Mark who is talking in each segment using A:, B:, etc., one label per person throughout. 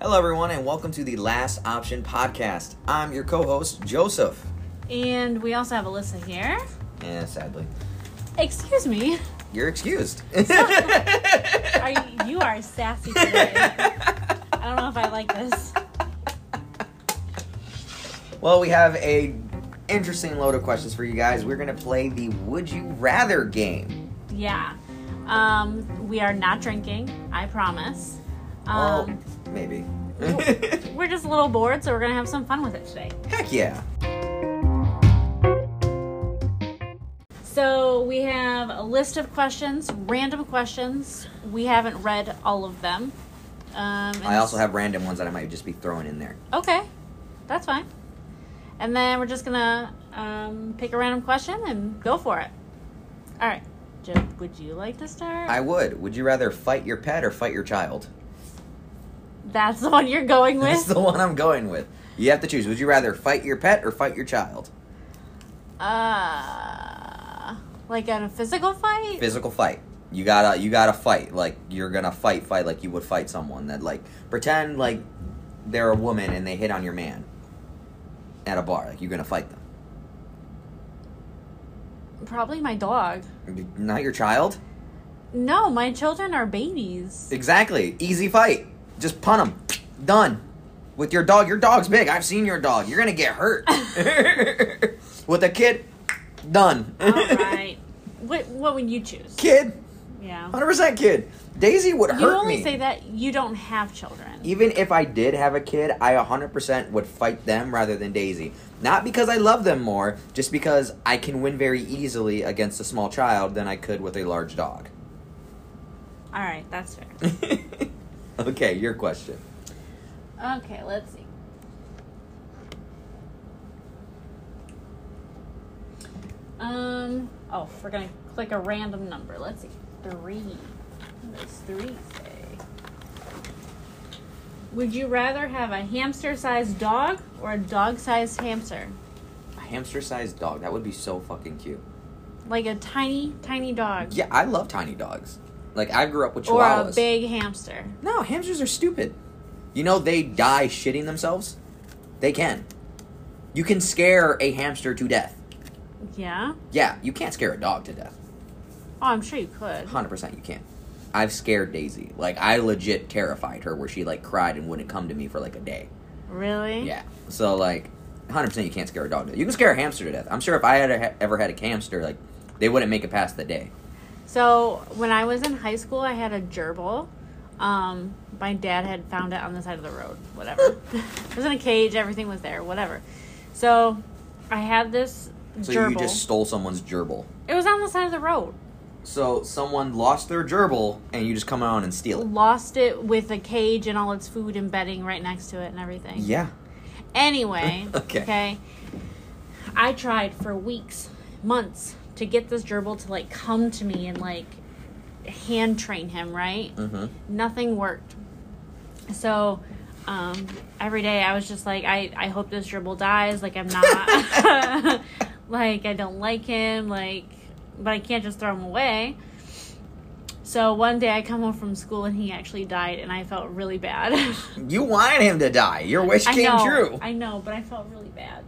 A: Hello, everyone, and welcome to the Last Option Podcast. I'm your co host, Joseph.
B: And we also have Alyssa here.
A: And sadly,
B: Excuse me.
A: you're excused.
B: Are you, you are sassy today. I don't know if I like this.
A: well, we have a interesting load of questions for you guys. We're going to play the Would You Rather game.
B: Yeah. Um, we are not drinking, I promise. Um,
A: well, maybe.
B: we're just a little bored, so we're going to have some fun with it today.
A: Heck yeah.
B: So we have a list of questions, random questions. We haven't read all of them. Um, and
A: I also have random ones that I might just be throwing in there.
B: Okay, that's fine. And then we're just gonna um, pick a random question and go for it. All right, Joe, would you like to start?
A: I would. Would you rather fight your pet or fight your child?
B: that's the one you're going
A: That's
B: with.
A: the one I'm going with. You have to choose. Would you rather fight your pet or fight your child?
B: uh, like in a physical fight.
A: physical fight. You gotta you gotta fight like you're gonna fight fight like you would fight someone that like pretend like they're a woman and they hit on your man at a bar like you're gonna fight them.
B: Probably my dog.
A: Not your child.
B: No, my children are babies.
A: Exactly. Easy fight. Just punt them. Done. With your dog. Your dog's big. I've seen your dog. You're gonna get hurt. With a kid. Done.
B: All right. What What would you choose?
A: Kid.
B: Yeah.
A: Hundred percent kid. Daisy would
B: You
A: hurt
B: only
A: me.
B: say that you don't have children.
A: even if I did have a kid, I 100% would fight them rather than Daisy. Not because I love them more, just because I can win very easily against a small child than I could with a large dog.
B: All right, that's fair.
A: okay, your question.
B: Okay, let's see. Um. Oh, we're gonna click a random number. Let's see. Three. What does three say? Would you rather have a hamster-sized dog or a dog-sized hamster?
A: A hamster sized dog. That would be so fucking cute.
B: Like a tiny, tiny dog.
A: Yeah, I love tiny dogs. Like, I grew up with
B: Or
A: chihuahuas.
B: a big hamster.
A: no, hamsters are stupid. You know, they die shitting themselves? They can. You can scare a hamster to death.
B: Yeah.
A: Yeah, you can't scare a dog to death.
B: Oh, I'm sure you could.
A: Hundred percent, you can. I've scared Daisy. Like I legit terrified her, where she like cried and wouldn't come to me for like a day.
B: Really?
A: Yeah. So like, hundred percent, you can't scare a dog to death. You can scare a hamster to death. I'm sure if I had a, ever had a hamster, like they wouldn't make it past the day.
B: So when I was in high school, I had a gerbil. Um, my dad had found it on the side of the road. Whatever. it was in a cage. Everything was there. Whatever. So I had this
A: So
B: gerbil.
A: you just stole someone's gerbil.
B: It was on the side of the road.
A: So someone lost their gerbil, and you just come on and steal
B: Mm-hmm.
A: it.
B: Lost it with a cage and all its food and bedding right next to it and everything.
A: Yeah.
B: Anyway,
A: Okay.
B: okay. I tried for weeks, months to get this gerbil to like come to me and like hand train him, right?
A: Mm-hmm.
B: nothing worked. So um, every day I was just like, I, I hope this dribble dies. Like, I'm not, like, I don't like him. Like, but I can't just throw him away. So one day I come home from school and he actually died, and I felt really bad.
A: You wanted him to die. Your wish
B: I
A: came
B: know,
A: true.
B: I know, but I felt really bad.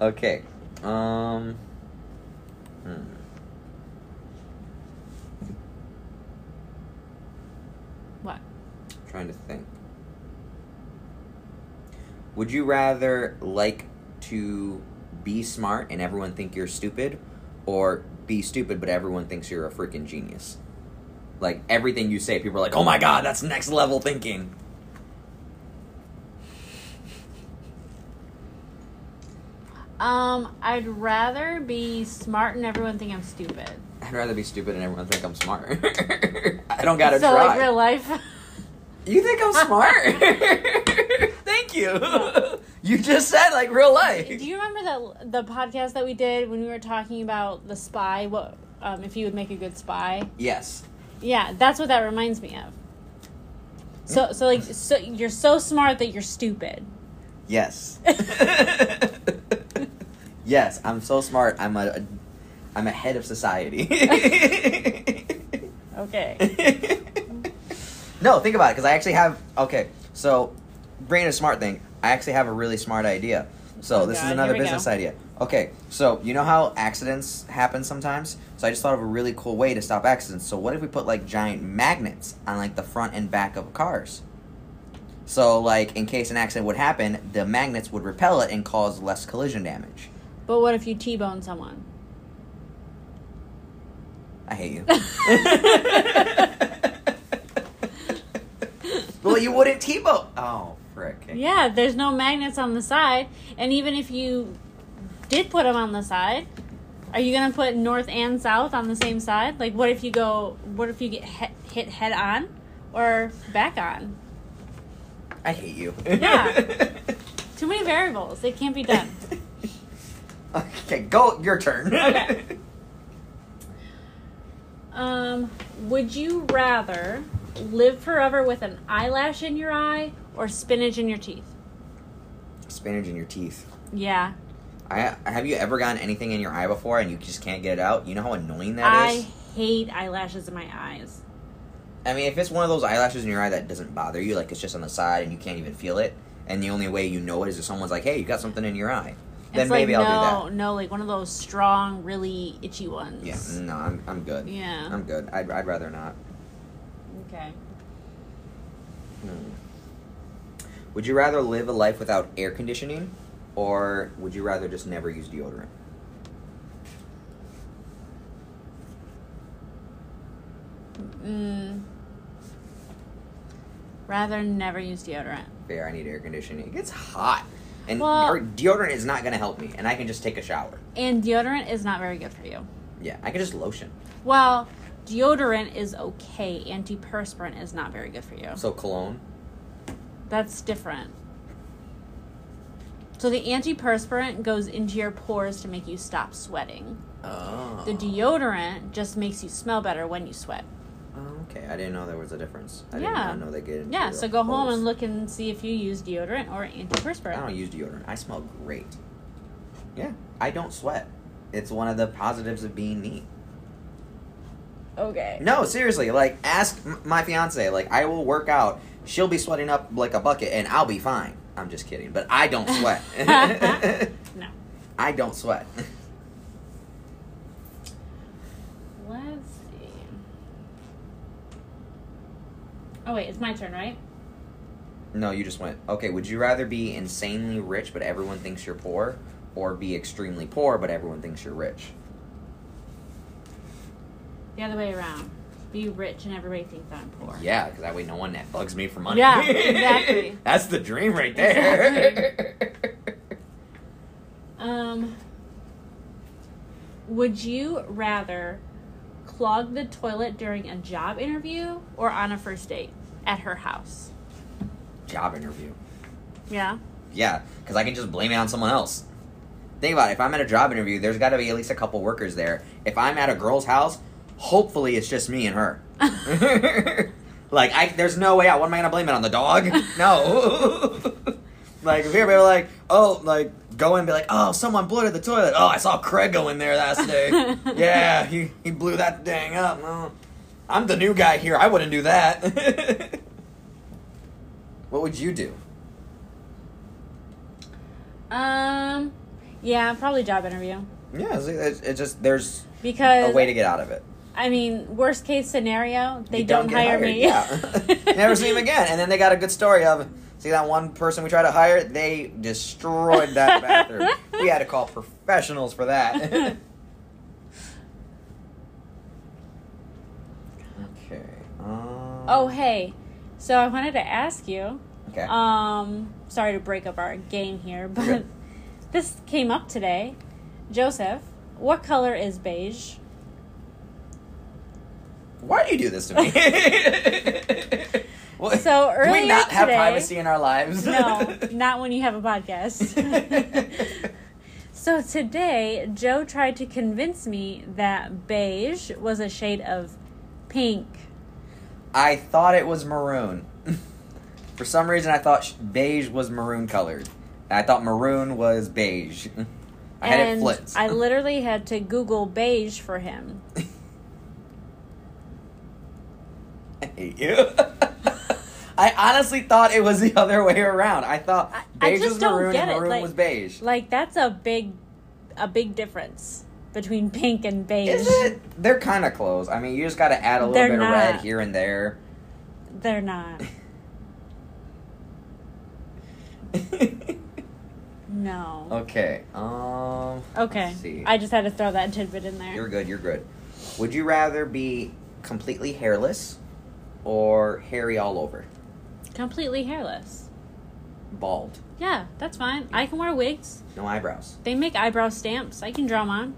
A: Okay. Um. hmm.
B: What?
A: Trying to think. Would you rather like to be smart and everyone think you're stupid, or be stupid but everyone thinks you're a freaking genius? Like everything you say, people are like, "Oh my god, that's next level thinking."
B: Um, I'd rather be smart and everyone think I'm stupid.
A: I'd rather be stupid and everyone think I'm smart. I don't gotta
B: so
A: try.
B: like real life.
A: you think I'm smart? Thank you. you just said like real life.
B: Do you remember that the podcast that we did when we were talking about the spy? What um, if you would make a good spy?
A: yes.
B: Yeah, that's what that reminds me of. So, so like, so you're so smart that you're stupid.
A: Yes. yes, I'm so smart. I'm a, I'm a head of society.
B: Okay.
A: No, think about it because I actually have. Okay, so brain is smart thing. I actually have a really smart idea. So
B: Oh
A: this is
B: God, here
A: another
B: we go.
A: business idea. Okay, so you know how accidents happen sometimes. So I just thought of a really cool way to stop accidents. So what if we put like giant magnets on like the front and back of cars? So like in case an accident would happen, the magnets would repel it and cause less collision damage.
B: But what if you T-bone someone?
A: I hate you. well, you wouldn't T-bone. Oh, frick.
B: Yeah, there's no magnets on the side, and even if you did put them on the side, are you gonna put north and south on the same side? Like, what if you go? What if you get he- hit head on or back on?
A: I hate you.
B: Yeah. Too many variables. It can't be done.
A: okay, go. Your turn.
B: Okay. Um, would you rather live forever with an eyelash in your eye or spinach in your teeth?
A: Spinach in your teeth.
B: Yeah,
A: I have you ever gotten anything in your eye before and you just can't get it out? You know how annoying that
B: I
A: is.
B: hate eyelashes in my eyes.
A: I mean, if it's one of those eyelashes in your eye that doesn't bother you, like it's just on the side and you can't even feel it, and the only way you know it is if someone's like, "Hey, you got something in your eye," then
B: it's
A: maybe
B: like,
A: I'll do that.
B: no, no, like one of those strong, really itchy ones.
A: Yeah, no, I'm, I'm good.
B: Yeah.
A: I'm good. I'd, I'd rather not.
B: Okay.
A: Hmm. Would you rather live a life without air conditioning, or would you rather just never use deodorant?
B: Mm. Rather never use deodorant.
A: Fair, I need air conditioning. It gets hot. And
B: Well-
A: or deodorant is not going to help me, and I can just take a shower.
B: And deodorant is not very good for you.
A: Yeah, I can just lotion.
B: Well, deodorant is okay. Antiperspirant is not very good for you.
A: So cologne.
B: That's different. So the antiperspirant goes into your pores to make you stop sweating.
A: Oh.
B: The deodorant just makes you smell better when you sweat.
A: Oh, okay, I didn't know there was a difference. I did
B: Yeah.
A: not know they get. into
B: Yeah,
A: the
B: so go home
A: pores.
B: and look and see if you use deodorant or
A: I
B: antiperspirant.
A: don't use deodorant. I smell great. Yeah, I don't sweat. It's one of the positives of being me.
B: Okay.
A: No, seriously. Like, ask m- my fiance. Like, I will work out. She'll be sweating up like a bucket, and I'll be fine. I'm just kidding, but I don't sweat.
B: No.
A: I don't sweat.
B: Let's see. Oh wait, it's my turn, right?
A: No, you just went. Okay, would you rather be insanely rich but everyone thinks you're poor, or be extremely poor but everyone thinks you're rich?
B: The other way around. Be rich and everybody thinks I'm poor.
A: Yeah, because that way no one that bugs me for money.
B: Yeah, exactly.
A: That's the dream right there.
B: Um Would you rather clog the toilet during a job interview or on a first date at her house?
A: Job interview.
B: Yeah.
A: Yeah, because I can just blame it on someone else. Think about it. If I'm at a job interview, there's got to be at least a couple workers there. If I'm at a girl's house, hopefully it's just me and her. like, I there's no way out. What am I gonna blame it on the dog? No. like, if you're like, oh, like go in and be like, oh, someone bloated the toilet. Oh, I saw Craig go in there last day. yeah, he he blew that thing up. Well, I'm the new guy here. I wouldn't do that. what would you do?
B: Um yeah, probably job
A: Oh,
B: interview.
A: Yeah, it's, it's, it's just there's
B: Because
A: a way to get out of it.
B: I mean, worst case scenario, they
A: You
B: don't,
A: get
B: hire
A: hired,
B: me.
A: Yeah. Never see him again. And then they got a good story of see that one person we tried to hire, they destroyed that bathroom. We had to call professionals for that. okay. Um,
B: Oh hey. So I wanted to ask you.
A: Okay.
B: Um sorry to break up our game here, but
A: Good.
B: this came up today. Joseph, what color is beige?
A: Why do you do this to me? What-
B: So
A: do
B: earlier
A: we not have
B: today-
A: privacy in our lives?
B: No, not when you have a podcast. so today, Joe tried to convince me that beige was a shade of pink.
A: I thought it was maroon. For some reason, I thought sh- beige was maroon colored. And I thought maroon was beige. I had it
B: and
A: flipped.
B: I literally had to Google beige for him.
A: I hate you. I honestly thought it was the other way around. I thought
B: I- I
A: beige
B: just
A: was
B: don't
A: maroon
B: get
A: and
B: it,
A: maroon
B: like-
A: was beige.
B: Like that's a big, a big difference between pink and beige.
A: Is it? They're kind of close. I mean, you just got to add a little
B: They're
A: bit
B: not.
A: of red here and there.
B: They're not. No.
A: okay. Um.
B: Okay.
A: let's see.
B: I just had to throw that tidbit in there.
A: You're good. You're good. Would you rather be completely hairless or hairy all over,
B: Completely hairless.
A: bald,
B: Yeah, that's fine. I can wear wigs.
A: no eyebrows?
B: They make eyebrow stamps. I can draw them on.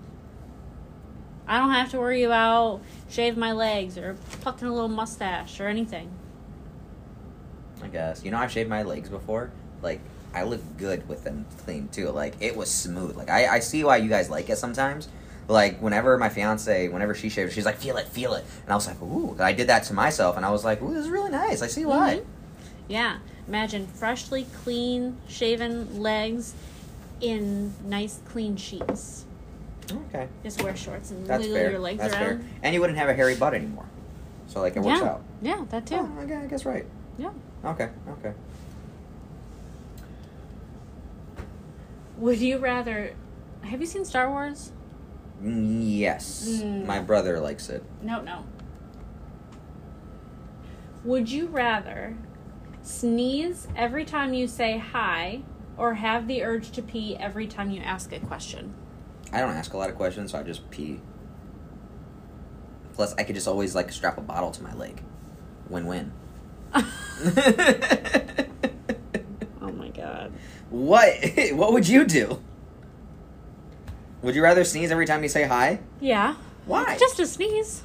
B: I don't have to worry about shave my legs or plucking a little mustache or anything.
A: I guess. You know, I've shaved my legs before. Like, I look good with them thing too. Like, it was smooth. Like, I, I see why you guys like it sometimes. Like, whenever my fiance, whenever she shaves, she's like, feel it, feel it. And I was like, ooh. And I did that to myself, and I was like, ooh, this is really nice. I see why.
B: Mhm. Yeah. Imagine freshly clean shaven legs in nice clean sheets. Mm-hmm.
A: Okay.
B: Just wear shorts and
A: That's
B: wiggle
A: fair.
B: your legs
A: That's
B: around.
A: fair. And you wouldn't have a hairy butt anymore. So, like, it works
B: yeah.
A: out.
B: Yeah, that too.
A: Oh, okay, I guess right.
B: Yeah.
A: Okay, okay.
B: Would you rather have you seen Star Wars?
A: Mm, Yes.
B: Mm.
A: My brother likes it.
B: No, no. Would you rather sneeze every time you say hi or have the urge to pee every time you ask a question?
A: I don't ask a lot of questions, so I just pee. Plus, I could just always like strap a bottle to my leg. Win win.
B: Oh my god.
A: what? what would you do? Would you rather sneeze every time you say hi?
B: Yeah.
A: Why?
B: It's just a sneeze.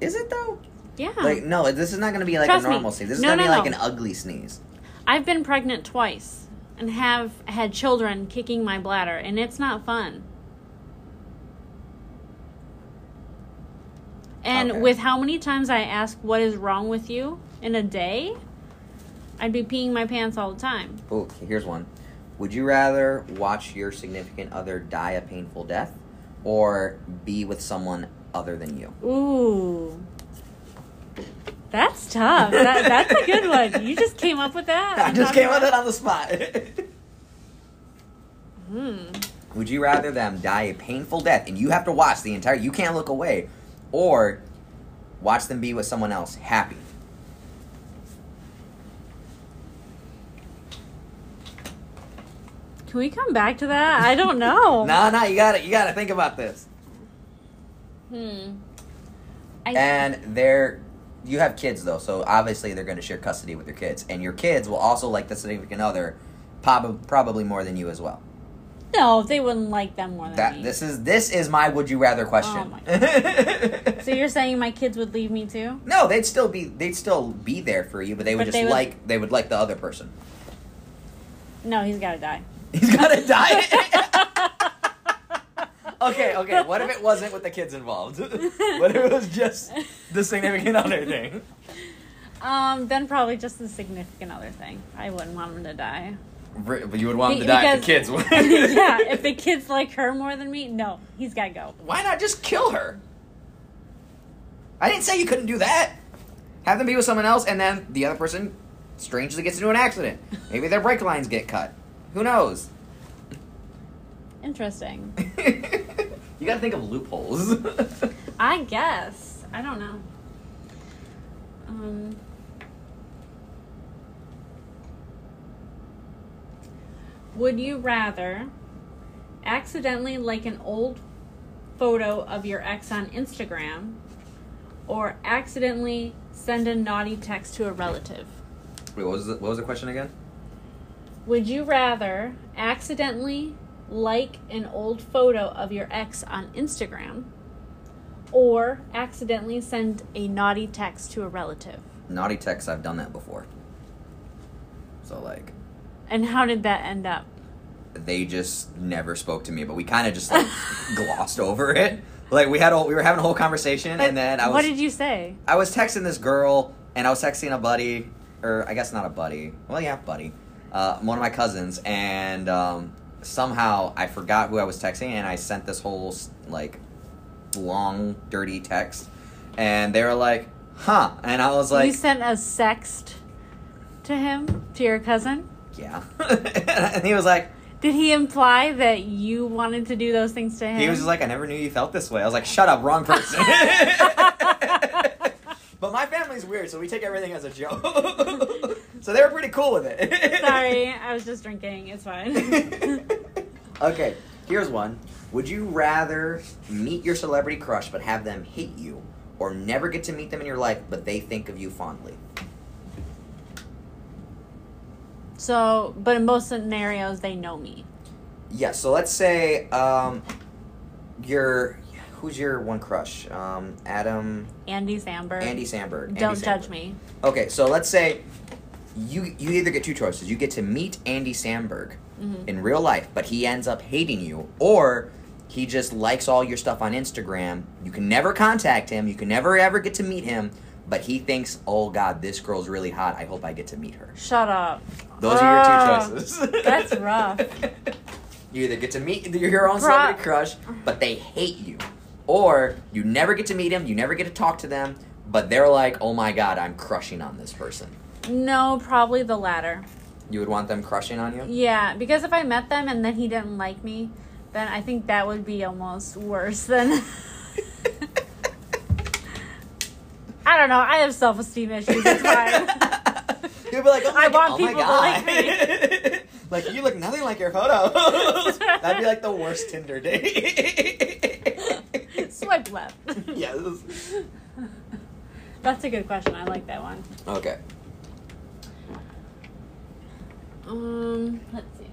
A: Is it though?
B: Yeah.
A: Like no, this is not gonna be like
B: Trust
A: a
B: me.
A: normal sneeze. This is
B: No,
A: gonna
B: no,
A: be like
B: no.
A: an ugly sneeze.
B: I've been pregnant twice and have had children kicking my bladder, and it's not fun. And
A: Okay.
B: with how many times I ask what is wrong with you in a day, I'd be peeing my pants all the time.
A: Ooh, here's one. Would you rather watch your significant other die a painful death, or be with someone other than you?
B: Ooh. That's tough. That, that's a good one. You just came up with that?
A: I just came up with that on the spot.
B: Hmm.
A: Would you rather them die a painful death and you have to watch the entire you can't look away or watch them be with someone else happy?
B: Can we come back to that? I don't know.
A: No, no, you got to You got to think about this.
B: Hmm. I,
A: And they're you have kids though, so obviously they're going to share custody with your kids and your kids will also like the significant other prob- probably more than you as well.
B: No, they wouldn't like them more than
A: That
B: me.
A: this is this is my would you rather question.
B: Oh my so you're saying my kids would leave me too?
A: no, they'd still be they'd still be there for you, but they would
B: But
A: just
B: they would-
A: like they would like the other person.
B: No, he's got to die.
A: He's got to die. Okay, okay. What if it wasn't with the kids involved? what if it was just the significant other thing?
B: Um, then probably just the significant other thing. I wouldn't want him to die.
A: But you would want him to
B: Be-
A: die if the
B: because-
A: kids would.
B: yeah, if the kids like her more than me, no, he's got to go.
A: Why not just kill her? I didn't say you couldn't do that. Have them be with someone else, and then the other person strangely gets into an accident. Maybe their brake lines get cut. Who knows?
B: Interesting.
A: you gotta think of loopholes.
B: I guess. I don't know. Um, would you rather accidentally like an old photo of your ex on Instagram or accidentally send a naughty text to a relative?
A: Wait, what was the, what was the question again?
B: Would you rather accidentally like an old photo of your ex on Instagram or accidentally send a naughty text to a relative?
A: Naughty text. I've done that before. So like.
B: And how did that end up?
A: they just never spoke to me, but we kind of just like glossed over it. Like we had a, we were having a whole conversation, and then I
B: what
A: was
B: did you say?
A: I was texting this girl, and I was texting a buddy, or I guess not a buddy. Well, yeah, buddy, uh, one of my cousins, and um, somehow I forgot who I was texting, and I sent this whole s- like long dirty text, and they were like, huh? And I was like,
B: you sent a sext to him, to your cousin.
A: yeah. and he was like,
B: Did he imply that you wanted to do those things to him?
A: he was just like, I never knew you felt this way. I was like, shut up, wrong person. but my family's weird, so we take everything as a joke. so they were pretty cool with it.
B: Sorry, I was just drinking. It's fine.
A: okay, here's one. Would you rather meet your celebrity crush but have them hate you, or never get to meet them in your life but they think of you fondly?
B: so, but in most scenarios, they know me.
A: Yeah. So let's say um, your who's your one crush? Um, Adam,
B: Andy Samberg.
A: Andy Samberg. Andy
B: Don't
A: Samberg.
B: judge me.
A: Okay, so let's say you you either get two choices. You get to meet Andy Samberg
B: Mhm.
A: in real life, but he ends up hating you, or he just likes all your stuff on Instagram. You can never contact him. You can never ever get to meet him. But he thinks, oh God, this girl's really hot. I hope I get to meet her.
B: Shut up.
A: Those are
B: Ah,
A: your two choices.
B: that's rough.
A: You either get to meet your own
B: Bruh.
A: celebrity crush, but they hate you, or you never get to meet him, you never get to talk to them, but they're like, oh my God, I'm crushing on this person.
B: No, probably the latter.
A: You would want them crushing on you?
B: Yeah, because if I met them and then he didn't like me, then I think that would be almost worse than. I don't know. I have self esteem issues. That's why.
A: You'd be like, oh my,
B: I want
A: oh my
B: people to
A: God.
B: like me.
A: like, you look nothing like your photos. That'd be like the worst Tinder date.
B: Swipe left.
A: yes.
B: That's a good question. I like that one.
A: Okay.
B: Um, let's see.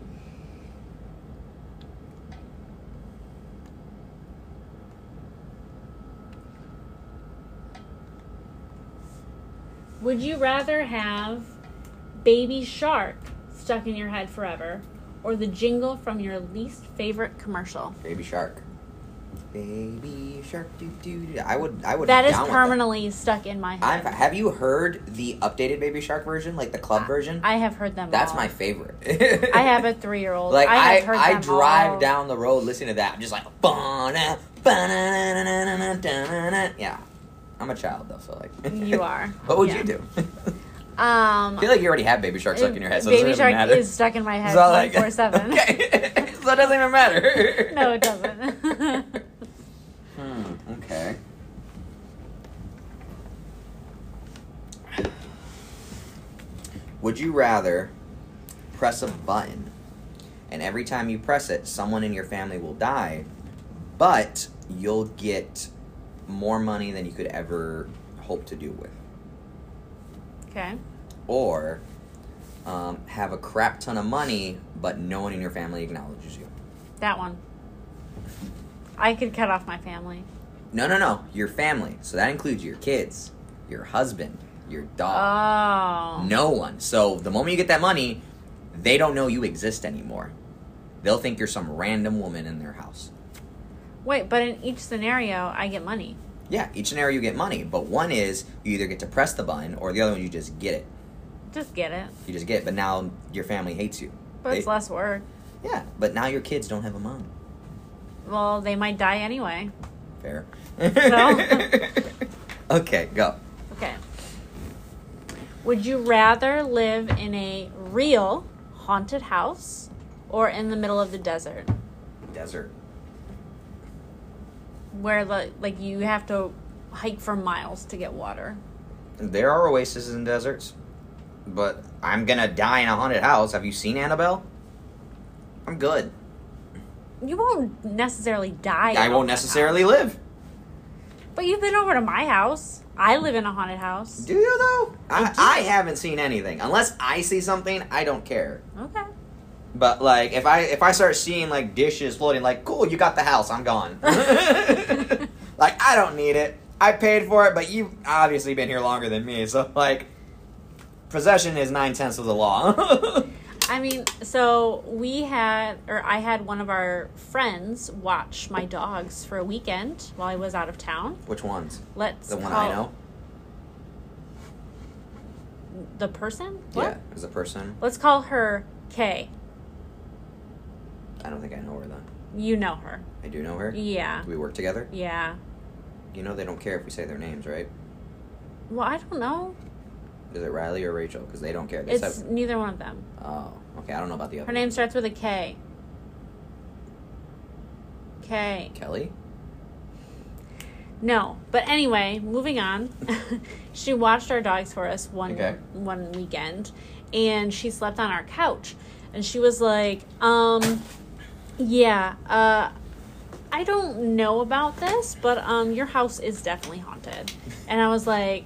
B: Would you rather have Baby Shark stuck in your head forever or the jingle from your least favorite commercial?
A: Baby shark. Baby shark. Doo, doo, doo. I would. I would.
B: That is
A: down with
B: permanently stuck in my
A: I've,
B: head.
A: have you heard the updated Baby Shark version, like the club version?
B: I have heard them
A: That's
B: all.
A: my favorite.
B: I have a three year old.
A: like
B: I,
A: I
B: have heard
A: I,
B: them
A: drive
B: all.
A: down the road listening to that. I'm just like "Ba-na, ba-na, na, na, na, na, da, na, na." yeah. I'm a child though, so like
B: You are.
A: what would
B: Yeah.
A: you do?
B: Um,
A: I feel like you already have Baby Shark stuck in your head, so it
B: Baby
A: doesn't
B: Shark
A: even matter.
B: is stuck in my head
A: So, like-
B: 24 7.
A: Okay. so it doesn't even matter.
B: No, it doesn't.
A: Hmm, okay. Would you rather press a button and every time you press it, someone in your family will die, but you'll get more money than you could ever hope to do with?
B: okay.
A: Or um, have a crap ton of money, but no one in your family acknowledges you?
B: That one. I could cut off my family.
A: No, no, no. Your family. So that includes your kids, your husband, your dog.
B: Oh.
A: Uh, No one. So the moment you get that money, they don't know you exist anymore. They'll think you're some random woman in their house.
B: Wait, but in each scenario, I get money.
A: Yeah, each scenario you get money, but one is you either get to press the button or the other one you just get it.
B: Just get it.
A: You just get it, but now your family hates you.
B: But it's
A: They-
B: less work.
A: Yeah, but now your kids don't have a mom.
B: Well, they might die anyway.
A: Fair.
B: No.
A: okay, go.
B: Okay. Would you rather live in a real haunted house or in the middle of the desert?
A: Desert.
B: where the, like you have to hike for miles to get water.
A: There are oases and deserts, but I'm gonna die in a haunted house. Have you seen Annabelle? I'm good.
B: You won't necessarily
A: I,
B: die. in a
A: won't
B: haunted
A: necessarily live.
B: house. But you've been over to my house. I live in a haunted house.
A: Do you though? I, I haven't seen anything. Unless I see something, I don't care.
B: Okay.
A: But like, if I if I start seeing like dishes floating, like, cool, you got the house. I'm gone. like, I don't need it. I paid for it, but you've obviously been here longer than me. So like, possession is nine tenths of the law.
B: I mean, so we had, or I had one of our friends watch my dogs for a weekend while I was out of town.
A: Which ones?
B: Let's
A: The one
B: call
A: I know.
B: the person.
A: Yeah, as a person.
B: Let's call her Kay.
A: I don't think I know her though.
B: You know her.
A: I do know her.
B: Yeah.
A: Do we work together?
B: Yeah.
A: You know they don't care if we say their names, right?
B: Well, I don't know.
A: Is it Riley or Rachel? Because they don't care. They
B: It's
A: said,
B: neither one of them.
A: oh, okay. I don't know about the other.
B: Her name starts with a K. K.
A: Kelly.
B: No, but anyway, moving on. she watched our dogs for us one
A: Okay.
B: one weekend, and she slept on our couch, and she was like, um, yeah, uh, I don't know about this, but um, your house is definitely haunted, and I was like,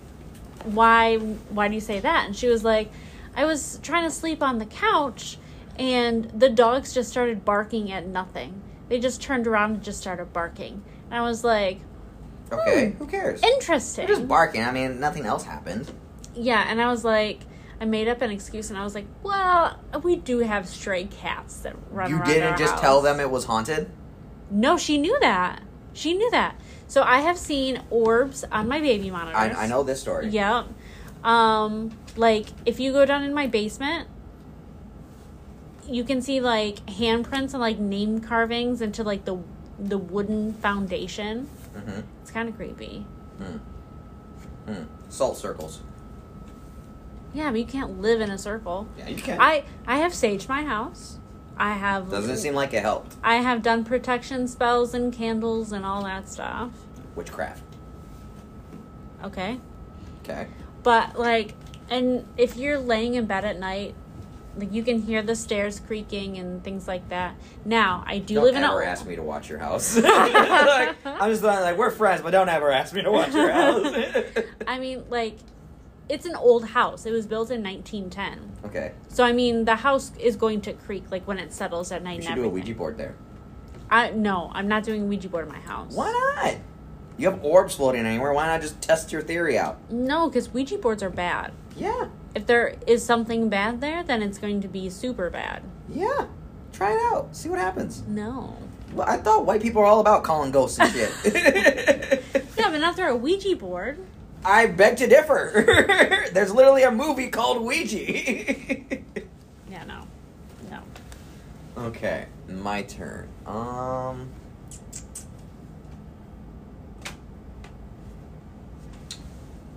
B: why why do you say that? And she was like, I was trying to sleep on the couch and the dogs just started barking at nothing. They just turned around and just started barking. And I was like,
A: Okay.
B: Hmm.
A: Who cares?
B: interesting.
A: They're just barking. I mean, nothing else happened.
B: yeah, and I was like I made up an excuse and I was like, Well, we do have stray cats that run
A: you
B: around.
A: didn't
B: our
A: just tell
B: house."
A: them it was haunted.
B: No, she knew that. She knew that. So I have seen orbs on my baby monitor.
A: I, I know this story.
B: Yep. Um, like if you go down in my basement, you can see like handprints and like name carvings into like the the wooden foundation.
A: Mm-hmm.
B: It's kind of creepy.
A: Mm. Mm. Salt circles.
B: Yeah, but you can't live in a circle.
A: Yeah, you can.
B: I I have saged my house. I have
A: Doesn't it seem like it helped?
B: I have done protection spells and candles and all that stuff.
A: Witchcraft.
B: Okay.
A: Okay.
B: But like, and if you're laying in bed at night, like you can hear the stairs creaking and things like that. Now I do
A: don't
B: live in
A: ever
B: a.
A: ask me to watch your house. Like, I'm just like, like, we're friends, but don't ever ask me to watch your house.
B: I mean, like, it's an old house. It was built in 1910.
A: okay,
B: So I mean, the house is going to creak like when it settles at night.
A: you should
B: and
A: do a
B: everything.
A: Ouija board there.
B: I no, I'm not doing a Ouija board in my house.
A: Why not? You have orbs floating anywhere. Why not just test your theory out?
B: No, because Ouija boards are bad.
A: Yeah,
B: If there is something bad there, then it's going to be super bad.
A: yeah. Try it out. See what happens.
B: No.
A: Well, I thought white people are all about calling ghosts and shit.
B: Yeah, but not through a Ouija board.
A: I beg to differ. There's literally a movie called Ouija.
B: Yeah, no, no.
A: okay, my turn. Um.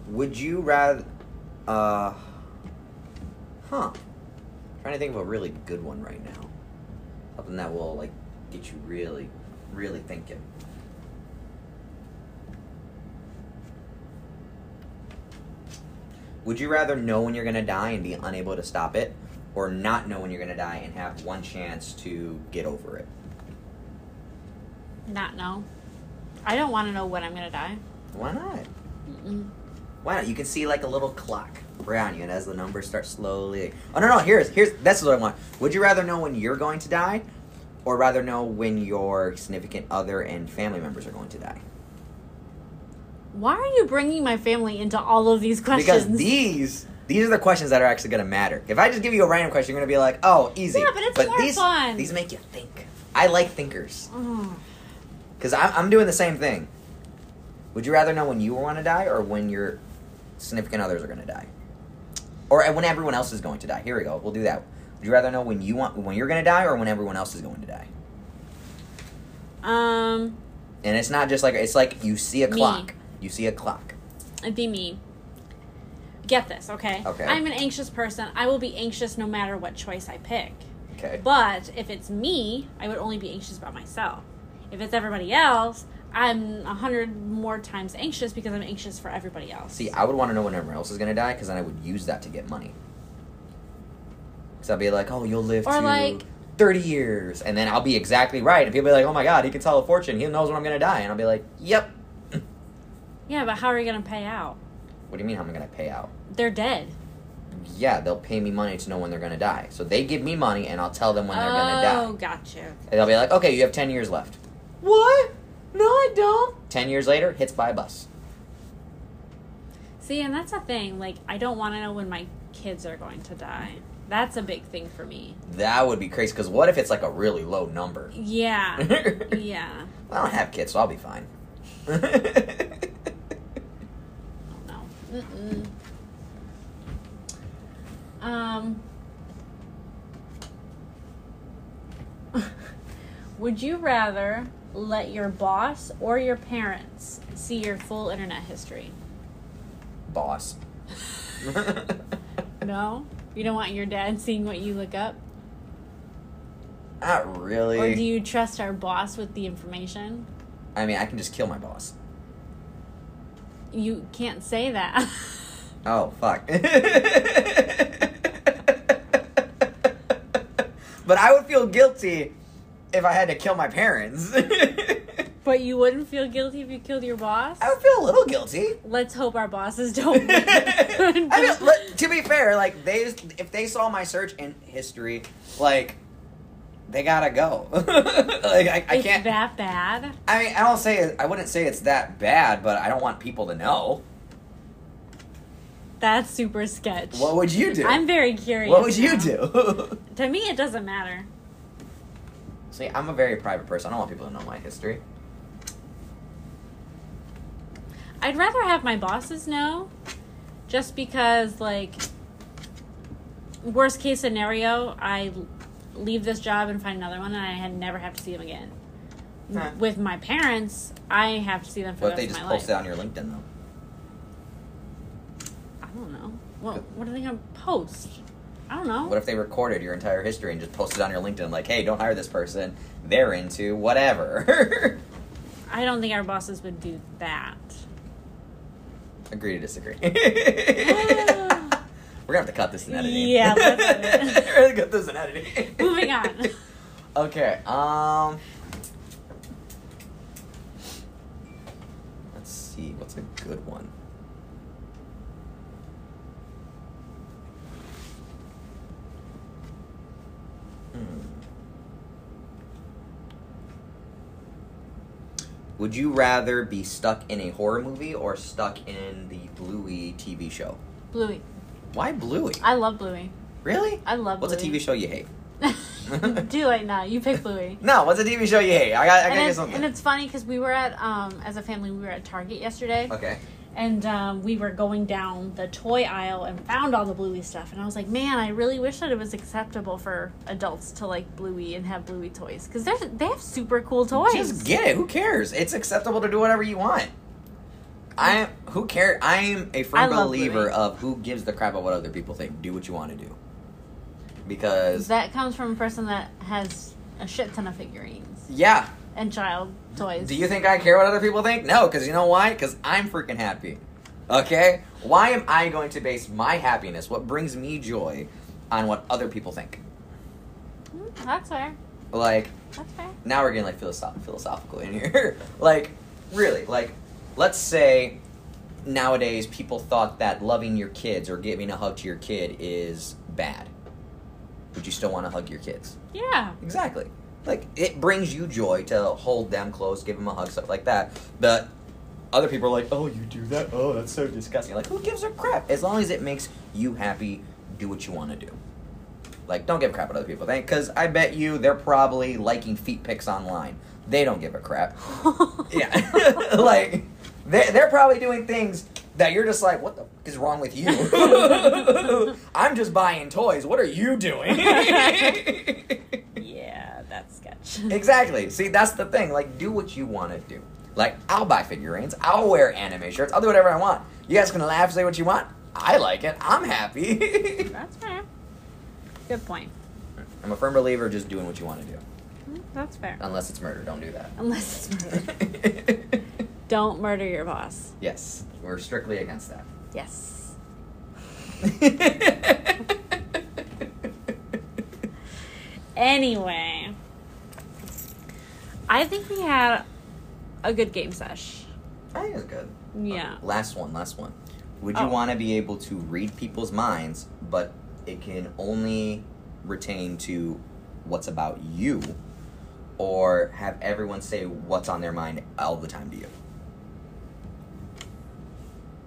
A: Would you rather? Uh, huh. trying to think of a really good one right now. Something that will like get you really, really thinking. Would you rather know when you're gonna die and be unable to stop it, or not know when you're gonna die and have one chance to get over it?
B: Not no. I don't want to know when I'm gonna die.
A: Why not?
B: Mm-mm.
A: Why not? You can see like a little clock around you, and as the numbers start slowly. Oh no, no! Here's here's that's what I want. Would you rather know when you're going to die, or rather know when your significant other and family members are going to die?
B: Why are you bringing my family into all of these questions?
A: Because these these are the questions that are actually going to matter. If I just give you a random question, you're going to be like, "Oh, easy."
B: Yeah, but it's more
A: these,
B: fun.
A: These make you think. I like thinkers
B: Ugh.
A: because I'm I'm doing the same thing. Would you rather know when you want to die or when your significant others are going to die, or uh, when everyone else is going to die? Here we go. We'll do that. Would you rather know when you want when you're going to die or when everyone else is going to die?
B: Um,
A: And it's not just like it's like you see a
B: Me.
A: clock. You see a clock.
B: it'd be me. Get this, okay?
A: Okay.
B: I'm an anxious person. I will be anxious no matter what choice I pick.
A: Okay.
B: But if it's me, I would only be anxious about myself. If it's everybody else, I'm a hundred more times anxious because I'm anxious for everybody else.
A: See, I would want to know when everyone else is gonna die because then I would use that to get money. Because I'd be like, "Oh, you'll live
B: Or
A: to
B: like-
A: thirty years," and then I'll be exactly right, and people be like, "Oh my god, he can tell a fortune. He knows when I'm gonna die," and I'll be like, "Yep."
B: yeah, but how are you gonna pay out?
A: What do you mean? How am I gonna pay out?
B: They're dead.
A: Yeah, they'll pay me money to know when they're gonna die. So they give me money, and I'll tell them when they're gonna
B: Oh,
A: die.
B: gotcha.
A: And they'll be like, "Okay, you have ten years left." What? No, I don't. Ten years later, hits by a bus.
B: See, and that's a thing. Like, I don't want to know when my kids are going to die. That's a big thing for me.
A: That would be crazy. Because what if it's like a really low number?
B: Yeah. yeah.
A: I don't have kids, so I'll be fine.
B: No. Mm-mm. Um. Would you rather let your boss or your parents see your full internet history?
A: boss.
B: No, you don't want your dad seeing what you look up,
A: Not really.
B: or do you trust our boss with the information?
A: I mean, I can just kill my boss.
B: You can't say that.
A: Oh fuck. but I would feel guilty if I had to kill my parents. I
B: but you wouldn't feel guilty if you killed your boss?
A: would feel a little guilty.
B: Let's hope our bosses don't.
A: I mean, let- to be fair, like they, if they saw my search in history, like they gotta go. like I, I
B: it's
A: can't.
B: that bad.
A: I mean, I don't say it, I wouldn't say it's that bad, but I don't want people to know.
B: That's super sketch.
A: What would you do?
B: I'm very curious.
A: what would you
B: now.
A: do?
B: To me, it doesn't matter.
A: See, I'm a very private person. I don't want people to know my history.
B: I'd rather have my bosses know, just because, like, worst case scenario, I l- leave this job and find another one, and I had never have to see them again.
A: Huh.
B: With my parents, I have to see them for
A: What if
B: the
A: they just
B: rest of my life.
A: post it on your LinkedIn though?
B: I don't know. What what are they gonna post? I don't know.
A: What if they recorded your entire history and just posted on your LinkedIn like, "Hey, don't hire this person. They're into whatever."
B: I don't think our bosses would do that.
A: Agree to disagree. We're gonna have to cut this in editing.
B: Ah. Yeah, let's do it.
A: We're gonna cut this in editing.
B: Moving on.
A: Okay. Um. Let's see. What's a good one? Hmm. Would you rather be stuck in a horror movie or stuck in the Bluey TV show?
B: Bluey.
A: Why Bluey?
B: I love Bluey.
A: Really?
B: I love
A: What's a
B: Bluey.
A: TV show you hate?
B: do like now. You pick Bluey.
A: No, what's a TV show you hate? I got. I
B: and,
A: gotta get
B: it's,
A: something.
B: and it's funny because we were at um as a family we were at Target yesterday
A: Okay.
B: and um, we were going down the toy aisle and found all the Bluey stuff and I was like man I really wish that it was acceptable for adults to like Bluey and have Bluey toys because they they have super cool toys.
A: Just get it. Who cares? It's acceptable to do whatever you want. I who care? I am a firm
B: I love
A: believer
B: Louis.
A: of who gives the crap about what other people think. Do what you want to do. Because
B: that comes from a person that has a shit ton of figurines
A: yeah,
B: and child toys.
A: do you think I care what other people think? No, because you know why? Because I'm freaking happy. Okay, why am I going to base my happiness, what brings me joy, on what other people think?
B: Mm, that's fair.
A: Like
B: That's fair.
A: now we're getting like philosoph- philosophical in here. like, really, like, let's say nowadays people thought that loving your kids or giving a hug to your kid is bad. Would you still want to hug your kids?
B: Yeah.
A: Exactly. Like, it brings you joy to hold them close, give them a hug, stuff like that. But other people are like, oh, you do that? Oh, that's so disgusting. Like, who gives a crap? As long as it makes you happy, do what you want to do. Like, don't give a crap what other people think, because I bet you they're probably liking feet pics online. They don't give a crap. Yeah. like, they're, they're probably doing things that you're just like, what the f- is wrong with you? I'm just buying toys. What are you doing?
B: yeah, that's sketch.
A: Exactly. See, that's the thing. Like, do what you want to do. Like, I'll buy figurines. I'll wear anime shirts. I'll do whatever I want. You guys can laugh, say what you want. I like it. I'm happy.
B: That's fair. Good point.
A: I'm a firm believer of just doing what you want to do.
B: Mm, That's fair.
A: Unless it's murder. Don't do that.
B: Unless it's murder. Don't murder your boss.
A: yes, we're strictly against that.
B: Yes. Anyway, I think we had a good game sesh.
A: I think it's good.
B: Yeah.
A: Uh, last one, last one. Would you
B: Oh.
A: want to be able to read people's minds, but it can only retain to what's about you, or have everyone say what's on their mind all the time to you?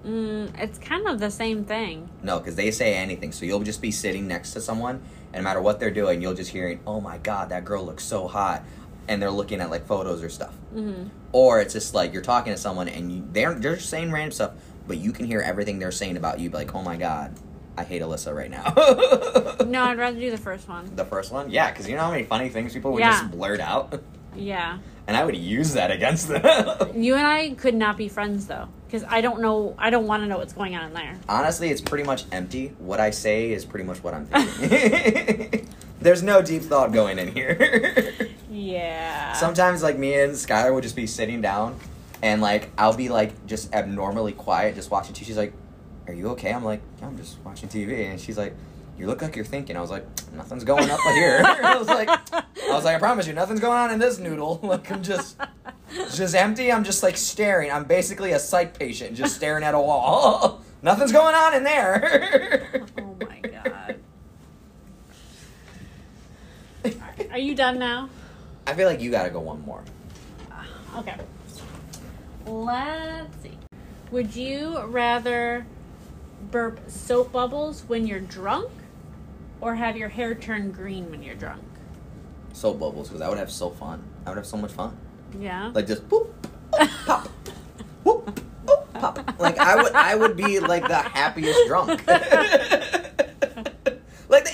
B: Mm, it's kind of the same thing.
A: No, because they say anything. So you'll just be sitting next to someone, and no matter what they're doing, you'll just hearing, "Oh my God, that girl looks so hot," and they're looking at like photos or stuff.
B: hmm
A: Or it's just like you're talking to someone and you, they're they're just saying random stuff, but you can hear everything they're saying about you. Be like, "Oh my God, I hate Alyssa right now."
B: No, I'd rather do the first one.
A: The first one, yeah, because you know how many funny things people would
B: Yeah.
A: just blurt out.
B: Yeah.
A: and I would use that against them.
B: You and I could not be friends though, because I don't know. I don't want to know what's going on in there.
A: Honestly, it's pretty much empty. What I say is pretty much what I'm thinking. There's no deep thought going in here.
B: Yeah.
A: Sometimes, like me and Skylar would just be sitting down, and like I'll be like just abnormally quiet, just watching TV. She's like, "Are you okay?" I'm like, "Yeah, "I'm just watching TV," and she's like. You look like you're thinking. I was like, nothing's going up here. I was like, I was like, I promise you, nothing's going on in this noodle. Like I'm just, it's just empty. I'm just like staring. I'm basically a psych patient, just staring at a wall. nothing's going on in there.
B: oh my god. Are you done now?
A: I feel like you gotta go one more.
B: Okay. Let's see. Would you rather burp soap bubbles when you're drunk or have your hair turn green when you're drunk?
A: Soap bubbles, because I would have so fun. I would have so much fun.
B: Yeah.
A: Like just boop, oh, pop, whoop, oh, pop. Like I would, I would be like the happiest drunk. like,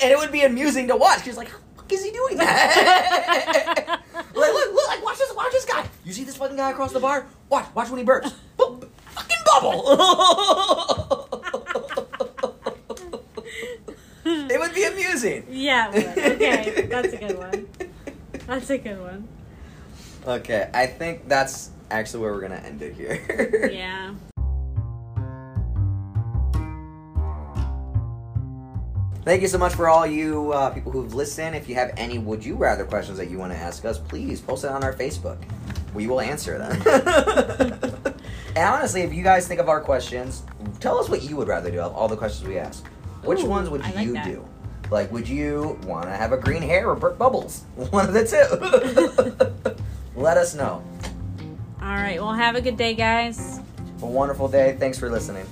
A: and it would be amusing to watch. She's like, how the fuck is he doing that? like, look, look, like watch this, watch this guy. You see this fucking guy across the bar? Watch, watch when he burps. Boop, fucking bubble. it would be amusing.
B: yeah. it would. Okay. That's a good one. That's a good one.
A: Okay, I think that's actually where we're gonna end it here.
B: Yeah.
A: Thank you so much for all you uh, people who've listened. If you have any would you rather questions that you want to ask us, please post it on our Facebook. We will answer them. and honestly, if you guys think of our questions, tell us what you would rather do of all the questions we ask. Which
B: Ooh,
A: ones would
B: I like
A: you
B: that.
A: do? Like, would you want to have a green hair or burp bubbles? One of the two. Let us know.
B: All right. Well, have a good day, guys.
A: Have a wonderful day. Thanks for listening.